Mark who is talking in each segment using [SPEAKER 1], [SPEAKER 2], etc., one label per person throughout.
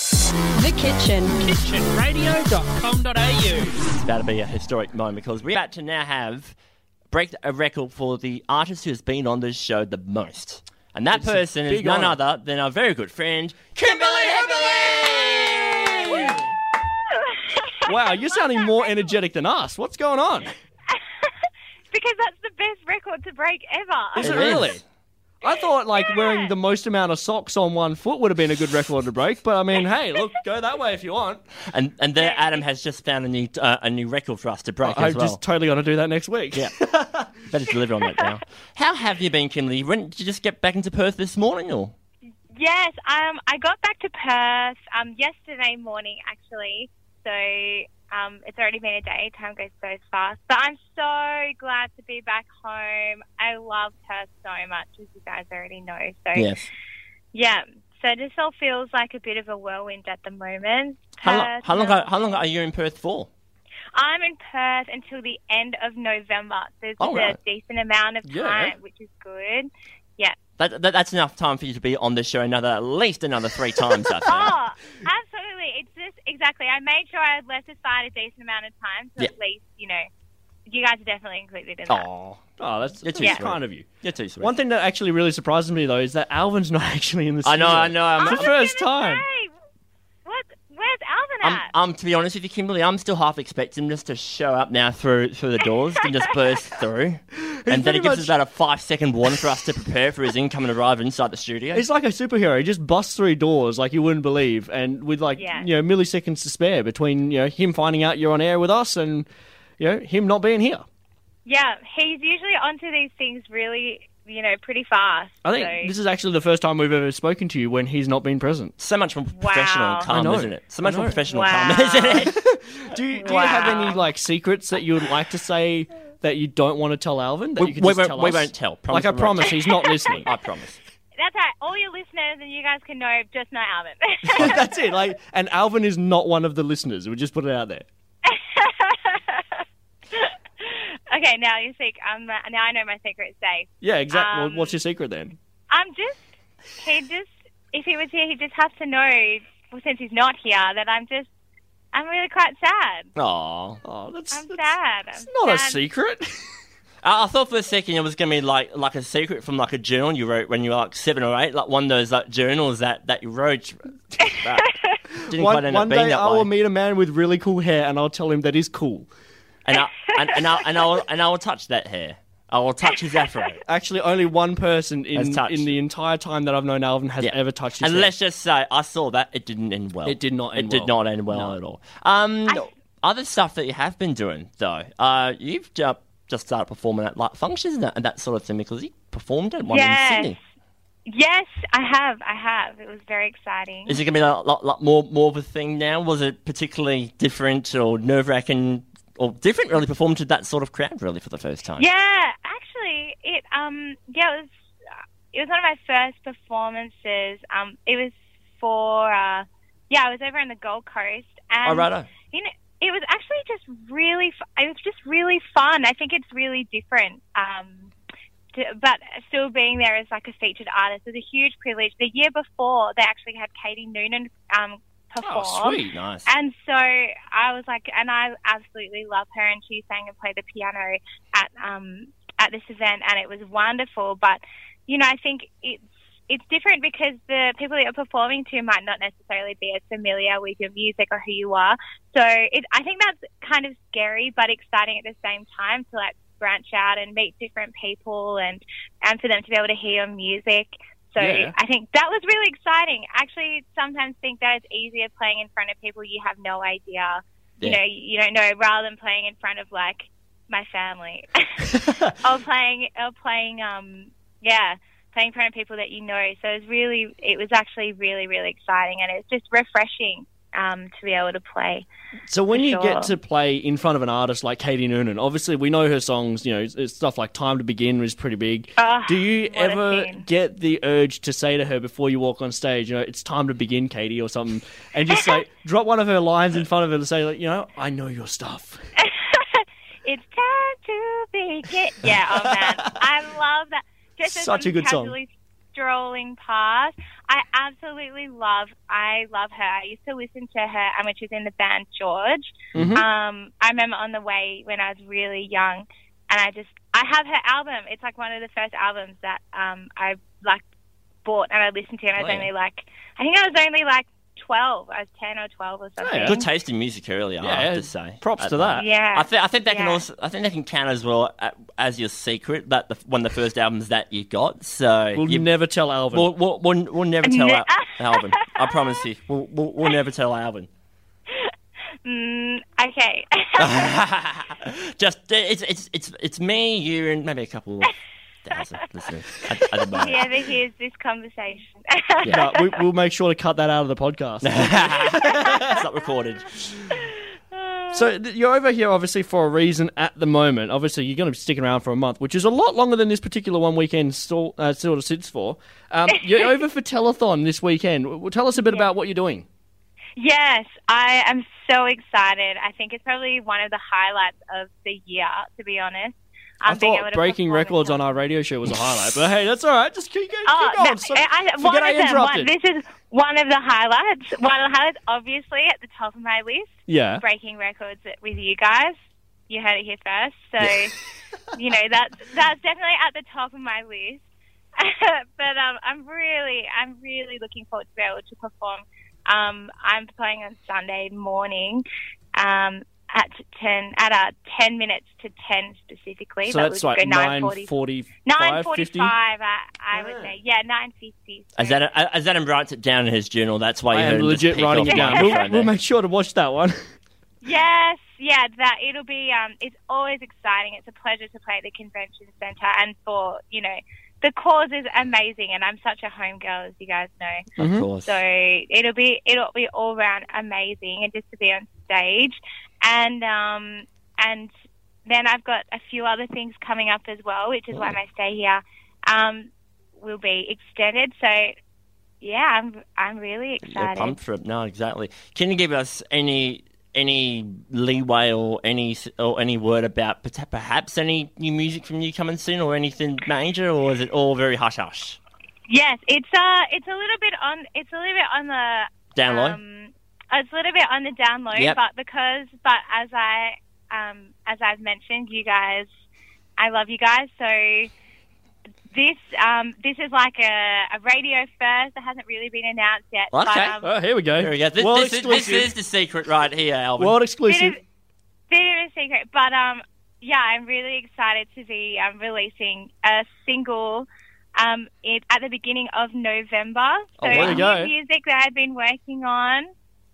[SPEAKER 1] The kitchen.
[SPEAKER 2] kitchenradio.com.au.
[SPEAKER 3] That'll be a historic moment because we're about to now have break a record for the artist who's been on this show the most. And that
[SPEAKER 2] a
[SPEAKER 3] person is
[SPEAKER 2] big
[SPEAKER 3] none
[SPEAKER 2] honour.
[SPEAKER 3] other than our very good friend, Kimberly Hibberley!
[SPEAKER 2] Wow, you're sounding more energetic than us. What's going on?
[SPEAKER 4] Because that's the best record to break ever.
[SPEAKER 2] Is
[SPEAKER 3] It
[SPEAKER 2] it
[SPEAKER 3] is.
[SPEAKER 2] really? I thought like wearing the most amount of socks on one foot would have been a good record to break, but I mean, hey, look, go that way if you want.
[SPEAKER 3] And, and there, Adam has just found a new, uh, a new record for us to break
[SPEAKER 2] I'm
[SPEAKER 3] as well.
[SPEAKER 2] just totally going to do that next week.
[SPEAKER 3] Yeah. Better deliver on that now. How have you been, Kimberly? When did you just get back into Perth this morning or?
[SPEAKER 4] Yes, um, I got back to Perth um, yesterday morning, actually. So um, it's already been a day. Time goes so fast. But I'm so glad to be back home. I love Perth so much, as you guys already know. So
[SPEAKER 3] Yes.
[SPEAKER 4] yeah. So this all feels like a bit of a whirlwind at the moment.
[SPEAKER 3] How, lo-
[SPEAKER 4] Perth,
[SPEAKER 3] how long?
[SPEAKER 4] Melbourne-
[SPEAKER 3] Are, how long are you in Perth for?
[SPEAKER 4] I'm in Perth until the end of November. So it's
[SPEAKER 3] All right.
[SPEAKER 4] a decent amount of time,
[SPEAKER 2] Yeah.
[SPEAKER 4] which is good.
[SPEAKER 3] That, that, that's enough time for you to be on this show another at least another three times. I think.
[SPEAKER 4] Oh, absolutely. It's just exactly. I made sure I had left aside a decent amount of time, so
[SPEAKER 3] Yeah.
[SPEAKER 4] at least you know, you guys are definitely included in that.
[SPEAKER 2] Oh, oh, that's,
[SPEAKER 3] You're
[SPEAKER 2] that's
[SPEAKER 3] too
[SPEAKER 4] Yeah.
[SPEAKER 2] kind of you.
[SPEAKER 3] You're too sweet.
[SPEAKER 2] One thing that actually really surprises me though is that Alvin's not actually in the.
[SPEAKER 3] I know.
[SPEAKER 2] studio.
[SPEAKER 3] I know.
[SPEAKER 4] I
[SPEAKER 3] I'm,
[SPEAKER 4] was
[SPEAKER 2] the first
[SPEAKER 4] gonna
[SPEAKER 2] time.
[SPEAKER 4] say, what? Where's Alvin
[SPEAKER 3] I'm,
[SPEAKER 4] at?
[SPEAKER 3] I'm- to be honest with you, Kimberly, I'm still half expecting him just to show up now through through the doors and just burst through, and then
[SPEAKER 2] pretty
[SPEAKER 3] it gives
[SPEAKER 2] much-
[SPEAKER 3] us about a five second warning for us to prepare for his incoming arrival inside the studio.
[SPEAKER 2] He's like a superhero. He just busts through doors like you wouldn't believe, and with like
[SPEAKER 4] Yeah.
[SPEAKER 2] you know milliseconds to spare between you know him finding out you're on air with us and you know him not being here.
[SPEAKER 4] yeah, he's usually onto these things really, you know, pretty fast.
[SPEAKER 2] I think
[SPEAKER 4] so-
[SPEAKER 2] this is actually the first time we've ever spoken to you when he's not been present.
[SPEAKER 3] so much more professional and
[SPEAKER 4] I
[SPEAKER 3] calm,
[SPEAKER 2] know.
[SPEAKER 3] isn't it? So much
[SPEAKER 2] I
[SPEAKER 3] more
[SPEAKER 2] know.
[SPEAKER 3] professional
[SPEAKER 4] Wow.
[SPEAKER 3] and calm, isn't it?
[SPEAKER 2] Do you, do you have
[SPEAKER 4] Wow.
[SPEAKER 2] any like secrets that you would like to say that you don't want to tell Alvin that
[SPEAKER 3] We,
[SPEAKER 2] you can
[SPEAKER 3] we
[SPEAKER 2] just
[SPEAKER 3] won't,
[SPEAKER 2] tell
[SPEAKER 3] we
[SPEAKER 2] us?
[SPEAKER 3] won't tell. Promise
[SPEAKER 2] Like I
[SPEAKER 3] we won't
[SPEAKER 2] promise,
[SPEAKER 3] tell.
[SPEAKER 2] he's not listening.
[SPEAKER 3] I promise.
[SPEAKER 4] That's right. All your listeners and you guys can know, just not Alvin.
[SPEAKER 2] That's it. Like, and Alvin is not one of the listeners. We just put it out there.
[SPEAKER 4] okay, now you see. Um, now I know my secret's safe.
[SPEAKER 2] Yeah, exactly.
[SPEAKER 4] Um,
[SPEAKER 2] well, what's your secret then?
[SPEAKER 4] I'm just, he just, if he was here, he just has to know, well, since he's not here, that I'm just, I'm really quite sad.
[SPEAKER 3] Aw.
[SPEAKER 2] Oh, that's,
[SPEAKER 4] I'm
[SPEAKER 2] that's
[SPEAKER 4] sad. I'm
[SPEAKER 2] it's not a
[SPEAKER 4] sad.
[SPEAKER 2] secret.
[SPEAKER 3] I, I thought for a second it was going to be like like a secret from like a journal you wrote when you were like seven or eight, like one of those like journals that that you wrote. But didn't quite
[SPEAKER 2] one
[SPEAKER 3] end
[SPEAKER 2] one
[SPEAKER 3] up being
[SPEAKER 2] day
[SPEAKER 3] that
[SPEAKER 2] I
[SPEAKER 3] way.
[SPEAKER 2] will meet a man with really cool hair, and I'll tell him that is cool.
[SPEAKER 3] and I and, and I and I will, and I will touch that hair. I will touch his afro.
[SPEAKER 2] Actually, only one person
[SPEAKER 3] Has
[SPEAKER 2] in
[SPEAKER 3] touched.
[SPEAKER 2] in the entire time that I've known Alvin has
[SPEAKER 3] Yeah.
[SPEAKER 2] ever touched his
[SPEAKER 3] and
[SPEAKER 2] hair.
[SPEAKER 3] let's just say I saw that it didn't end well.
[SPEAKER 2] It did not end
[SPEAKER 3] it did
[SPEAKER 2] well.
[SPEAKER 3] not end well
[SPEAKER 2] No.
[SPEAKER 3] at all. Um, other stuff that you have been doing though, uh, you've ju- just started performing at like functions and that, and that sort of thing because you performed at one
[SPEAKER 4] Yes.
[SPEAKER 3] in Sydney.
[SPEAKER 4] Yes, I have. I have. It was very exciting.
[SPEAKER 3] Is it going to be like, like, like more more of a thing now? Was it particularly different or nerve wracking or different? Really performed to that sort of crowd really for the first time.
[SPEAKER 4] Yeah, actually, it um yeah it was it was one of my first performances. Um, it was for uh, yeah I was over on the Gold Coast and
[SPEAKER 3] Oh, righto.
[SPEAKER 4] you know it was actually just really fu- it was just really fun. I think it's really different. Um, to, but still being there as like a featured artist was a huge privilege. The year before they actually had Katie Noonan um perform.
[SPEAKER 3] Oh, sweet, nice.
[SPEAKER 4] And so I was like, and I absolutely love her, and she sang and played the piano at um at this event, and it was wonderful. But you know, I think it's it's different because the people that you're performing to might not necessarily be as familiar with your music or who you are. So it, I think that's kind of scary, but exciting at the same time to like branch out and meet different people and and for them to be able to hear your music. So
[SPEAKER 2] Yeah.
[SPEAKER 4] I think that was really exciting. I actually sometimes think that it's easier playing in front of people you have no idea, you
[SPEAKER 3] Yeah.
[SPEAKER 4] know, you don't know, rather than playing in front of like my family or playing or playing um yeah playing in front of people that you know. So it was really it was actually really really exciting and it's just refreshing um, to be able to play.
[SPEAKER 2] So when
[SPEAKER 4] For
[SPEAKER 2] you
[SPEAKER 4] sure.
[SPEAKER 2] get to play in front of an artist like Katie Noonan, obviously we know her songs. You know, it's- it's stuff like "Time to Begin" was pretty big.
[SPEAKER 4] Oh,
[SPEAKER 2] Do you
[SPEAKER 4] what a
[SPEAKER 2] ever
[SPEAKER 4] scene.
[SPEAKER 2] get the urge to say to her before you walk on stage, you know, it's time to begin, Katie, or something, and just like drop one of her lines in front of her to say, like, you know, I know your stuff.
[SPEAKER 4] It's time to begin. Yeah, oh man, I love that. Just as
[SPEAKER 2] Such a
[SPEAKER 4] I'm
[SPEAKER 2] good song.
[SPEAKER 4] casually strolling past. I absolutely love. I love her. I used to listen to her, and when she was in the band George,
[SPEAKER 2] Mhm.
[SPEAKER 4] um, I remember on the way when I was really young, and I just I have her album. It's like one of the first albums that um, I like bought and I listened to. And I was
[SPEAKER 3] Oh, yeah.
[SPEAKER 4] only like, I think I was only like twelve. I was ten or twelve or something.
[SPEAKER 2] Oh, yeah.
[SPEAKER 3] Good taste in music earlier, I
[SPEAKER 2] Yeah,
[SPEAKER 3] have to say.
[SPEAKER 2] props
[SPEAKER 3] At
[SPEAKER 2] to that.
[SPEAKER 4] Yeah.
[SPEAKER 3] I, th- I think that can
[SPEAKER 4] Yeah.
[SPEAKER 3] also. I think that can count as well a- as your secret. That the, one of the first albums that you got. So
[SPEAKER 2] We'll
[SPEAKER 3] you,
[SPEAKER 2] never tell Alvin.
[SPEAKER 3] we'll, we'll, we'll, we'll never tell
[SPEAKER 4] Ne-
[SPEAKER 3] Al- Alvin. I promise you, we'll, we'll, we'll never tell Alvin.
[SPEAKER 4] Mm, okay.
[SPEAKER 3] Just it's it's it's it's me, you, and maybe a couple of thousand listeners at, at the moment.
[SPEAKER 4] he ever hears this conversation.
[SPEAKER 2] No, we, we'll make sure to cut that out of the podcast.
[SPEAKER 3] it's not recorded.
[SPEAKER 2] so th- you're over here obviously for a reason at the moment. Obviously, you're going to be sticking around for a month, which is a lot longer than this particular one weekend still, uh, sort of sits for. Um, you're over for telethon this weekend. W- w- Tell us a bit about what you're doing.
[SPEAKER 4] Yes, I am so excited. I think it's probably one of the highlights of the year, to be honest.
[SPEAKER 2] i
[SPEAKER 4] Um, being able
[SPEAKER 2] thought
[SPEAKER 4] to
[SPEAKER 2] breaking
[SPEAKER 4] perform
[SPEAKER 2] records
[SPEAKER 4] in
[SPEAKER 2] on our radio show was a highlight, but hey, that's all right. Just keep, keep,
[SPEAKER 4] Oh,
[SPEAKER 2] keep going.
[SPEAKER 4] no,
[SPEAKER 2] So-
[SPEAKER 4] I, I,
[SPEAKER 2] forget
[SPEAKER 4] one
[SPEAKER 2] I
[SPEAKER 4] of them. One,
[SPEAKER 2] interrupted.
[SPEAKER 4] this is one of the highlights. One of the highlights, obviously, at the top of my list.
[SPEAKER 2] yeah.
[SPEAKER 4] Breaking records with you guys. You heard it here first, so you know that's that's definitely at the top of my list. but um, I'm really, I'm really looking forward to be able to perform. Um, I'm playing on Sunday morning. Um, at ten, at uh, ten minutes to ten specifically.
[SPEAKER 2] So
[SPEAKER 4] that
[SPEAKER 2] that's
[SPEAKER 4] would
[SPEAKER 2] like
[SPEAKER 4] go 9:40.
[SPEAKER 2] 9.45,
[SPEAKER 4] 9.45, I, I
[SPEAKER 2] Ah.
[SPEAKER 4] would say. Yeah, 9.50.
[SPEAKER 3] As Adam, as Adam writes it down in his journal, that's why you
[SPEAKER 2] I
[SPEAKER 3] heard
[SPEAKER 2] am
[SPEAKER 3] him just
[SPEAKER 2] legit
[SPEAKER 3] pick up
[SPEAKER 2] writing it
[SPEAKER 3] on
[SPEAKER 2] down.
[SPEAKER 3] the
[SPEAKER 2] We'll,
[SPEAKER 3] phone
[SPEAKER 2] we'll
[SPEAKER 3] there.
[SPEAKER 2] make sure to watch that one.
[SPEAKER 4] Yes, yeah, that it'll be, um, it's always exciting. It's a pleasure to play at the convention centre and for, you know, the cause is amazing and I'm such a home girl as you guys know.
[SPEAKER 2] Mm-hmm.
[SPEAKER 3] Of course.
[SPEAKER 4] So it'll be it'll be all round amazing, and just to be on stage, and um, and then I've got a few other things coming up as well, which is why my stay here um, will be extended. So yeah, I'm I'm really
[SPEAKER 3] Yeah,
[SPEAKER 4] excited.
[SPEAKER 3] pumped for it. No, exactly. Can you give us any any leeway or any s- or any word about per- perhaps any new music from you coming soon or anything major, or is it all very hush hush?
[SPEAKER 4] yes, it's uh it's a little bit on it's a little bit on the
[SPEAKER 3] Down low.
[SPEAKER 4] Um, it's a little bit on the download,
[SPEAKER 3] Yep.
[SPEAKER 4] but because but as I um, as I've mentioned, you guys, I love you guys. So this um, this is like a, a radio first that hasn't really been announced yet. But,
[SPEAKER 3] Okay.
[SPEAKER 4] um,
[SPEAKER 2] oh, here we go.
[SPEAKER 3] There we go. This,
[SPEAKER 2] World
[SPEAKER 3] this, is, this
[SPEAKER 2] exclusive.
[SPEAKER 3] is the secret right here, Alvin.
[SPEAKER 2] World
[SPEAKER 4] bit
[SPEAKER 2] exclusive.
[SPEAKER 4] of, bit of a secret, but um, yeah, I'm really excited to be um, releasing a single um, it, at the beginning of November.
[SPEAKER 3] Oh,
[SPEAKER 4] So
[SPEAKER 3] wow.
[SPEAKER 2] There you go.
[SPEAKER 4] new music that I've been working on.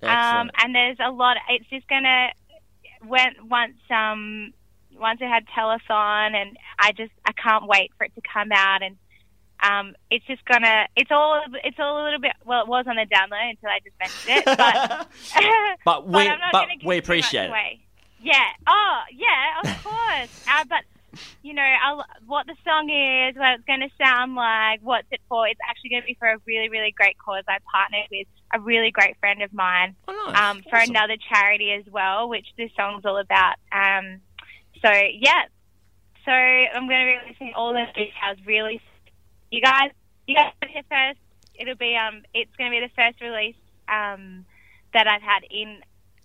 [SPEAKER 4] Um,
[SPEAKER 3] Excellent.
[SPEAKER 4] and there's a lot. It's just gonna when once um once I had telethon, and I just I can't wait for it to come out. And um, it's just gonna. It's all. It's all a little bit. Well, it was on the download until I just mentioned it. Um, But
[SPEAKER 3] but
[SPEAKER 4] but
[SPEAKER 3] we
[SPEAKER 4] I'm not
[SPEAKER 3] but
[SPEAKER 4] gonna give
[SPEAKER 3] we
[SPEAKER 4] too
[SPEAKER 3] appreciate
[SPEAKER 4] much
[SPEAKER 3] it.
[SPEAKER 4] away. Yeah. Oh, yeah. Of course. uh, but you know I'll, what the song is, what it's going to sound like, what's it for. It's actually going to be for a really, really great cause. I partnered with a really great friend of mine
[SPEAKER 3] Oh, nice.
[SPEAKER 4] um, for
[SPEAKER 3] Awesome.
[SPEAKER 4] another charity as well, which this song's all about. Um, so yeah, so I'm going to be releasing all the details. Really, you guys, you guys are here first. It'll be um, it's going to be the first release um that I've had in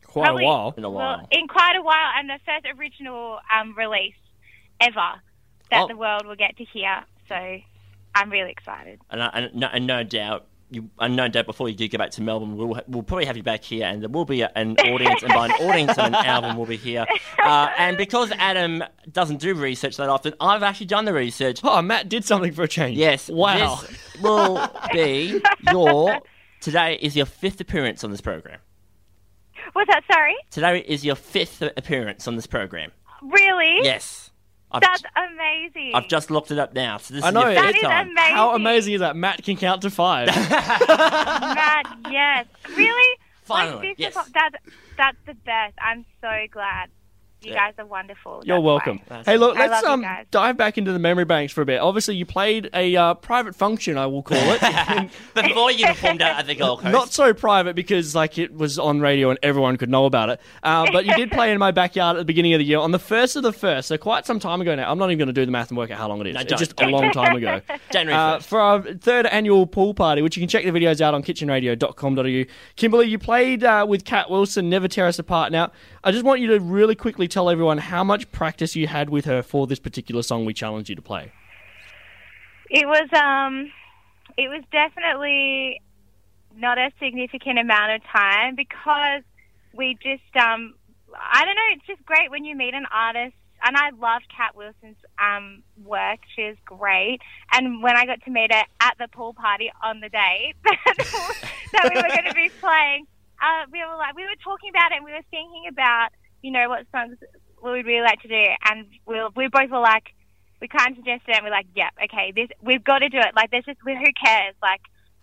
[SPEAKER 2] Quite
[SPEAKER 4] probably-
[SPEAKER 2] a while.
[SPEAKER 3] in a
[SPEAKER 4] well,
[SPEAKER 3] while.
[SPEAKER 4] in quite a while, and the first original um release ever that
[SPEAKER 3] Oh.
[SPEAKER 4] the world will get to hear. So I'm really excited.
[SPEAKER 3] and, I, and, no, and no doubt, you, and no doubt, before you do go back to Melbourne, we'll ha- we'll probably have you back here, and there will be a- an audience, and by an audience, an album will be here. Uh, and because Adam doesn't do research that often, I've actually done the research.
[SPEAKER 2] Oh, Matt did something for a change.
[SPEAKER 3] Yes,
[SPEAKER 2] Wow.
[SPEAKER 3] this will be your today is your fifth appearance on this program.
[SPEAKER 4] What's that? Sorry,
[SPEAKER 3] Today is your fifth appearance on this program.
[SPEAKER 4] really?
[SPEAKER 3] Yes, I've,
[SPEAKER 4] That's amazing.
[SPEAKER 3] I've just looked it up now, so this
[SPEAKER 2] I
[SPEAKER 3] is your
[SPEAKER 2] know,
[SPEAKER 3] fifth
[SPEAKER 4] that is
[SPEAKER 3] time.
[SPEAKER 4] amazing.
[SPEAKER 2] How amazing is that? Matt can count to five.
[SPEAKER 4] Mad, yes. Really? Like,
[SPEAKER 3] Finally,
[SPEAKER 4] this is
[SPEAKER 3] yes.
[SPEAKER 4] what- that's, that's the best. I'm so glad. You
[SPEAKER 3] Yeah.
[SPEAKER 4] guys are wonderful.
[SPEAKER 2] You're
[SPEAKER 4] that's
[SPEAKER 2] welcome.
[SPEAKER 4] why.
[SPEAKER 3] That's-
[SPEAKER 2] Hey, look,
[SPEAKER 4] I love
[SPEAKER 2] let's
[SPEAKER 4] you
[SPEAKER 2] um,
[SPEAKER 4] guys.
[SPEAKER 2] dive back into the memory banks for a bit. Obviously, you played a uh, private function, I will call it.
[SPEAKER 3] Before you performed out at the Gold Coast.
[SPEAKER 2] Not so private because like it was on radio and everyone could know about it. Uh, but you did play in my backyard at the beginning of the year on the first of the first, so quite some time ago now. I'm not even going to do the math and work out how long it is.
[SPEAKER 3] No,
[SPEAKER 2] it's
[SPEAKER 3] don't,
[SPEAKER 2] just
[SPEAKER 3] don't.
[SPEAKER 2] a long time ago.
[SPEAKER 3] January
[SPEAKER 2] Uh,
[SPEAKER 3] 1st.
[SPEAKER 2] for our third annual pool party, which you can check the videos out on kitchenradio.com.au. Kimberly, you played uh, with Kat Wilson, Never Tear Us Apart. Now, I just want you to really quickly tell everyone how much practice you had with her for this particular song we challenged you to play.
[SPEAKER 4] It was um, it was definitely not a significant amount of time because we just um, I don't know. It's just great when you meet an artist, and I loved Kat Wilson's um work. She was great, and when I got to meet her at the pool party on the day that, that we were going to be playing, uh, we were like we were talking about it, and we were thinking about you know what songs we would really like to do, and we were- we both were like we kind of suggested it and we're like, yep, okay, this we've got to do it. Like, there's just who cares? Like,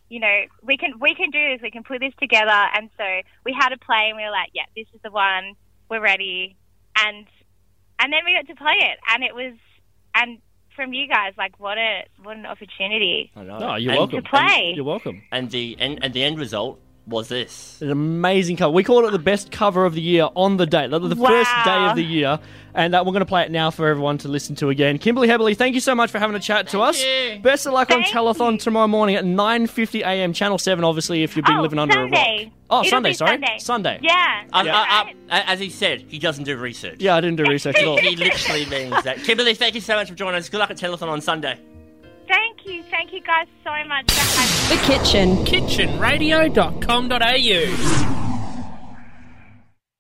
[SPEAKER 4] you know, we can we can do this. We can put this together. And so we had a play and we were like, yeah, this is the one. We're ready. And and then we got to play it, and it was and from you guys, like, what a what an opportunity.
[SPEAKER 3] I know.
[SPEAKER 2] Oh, you're
[SPEAKER 3] And-
[SPEAKER 2] welcome.
[SPEAKER 4] To play.
[SPEAKER 2] You're welcome.
[SPEAKER 3] And the and, and the end result was this.
[SPEAKER 2] An amazing cover. We called it the best cover of the year on the day, the, the
[SPEAKER 4] Wow.
[SPEAKER 2] first day of the year. And uh, we're going to play it now for everyone to listen to again. Kimberly Heberly, thank you so much for having a chat to us.
[SPEAKER 3] you.
[SPEAKER 2] Best of luck
[SPEAKER 4] Thank
[SPEAKER 2] on Telethon
[SPEAKER 4] you.
[SPEAKER 2] tomorrow morning at 9.50 a.m. Channel 7, obviously, if you've been
[SPEAKER 4] oh,
[SPEAKER 2] living under a rock.
[SPEAKER 4] Sunday.
[SPEAKER 2] Oh,
[SPEAKER 4] It'll
[SPEAKER 2] Sunday,
[SPEAKER 4] be
[SPEAKER 2] sorry.
[SPEAKER 4] Sunday.
[SPEAKER 2] Sunday.
[SPEAKER 4] Yeah.
[SPEAKER 3] Uh, uh, uh,
[SPEAKER 4] right?
[SPEAKER 3] as he said, he doesn't do research.
[SPEAKER 2] Yeah, I didn't do research at all.
[SPEAKER 3] He literally means that. Kimberly, thank you so much for joining us. Good luck at Telethon on Sunday.
[SPEAKER 4] Thank you, thank you guys so much for having me.
[SPEAKER 1] The kitchen.
[SPEAKER 5] kitchenradio.com.au.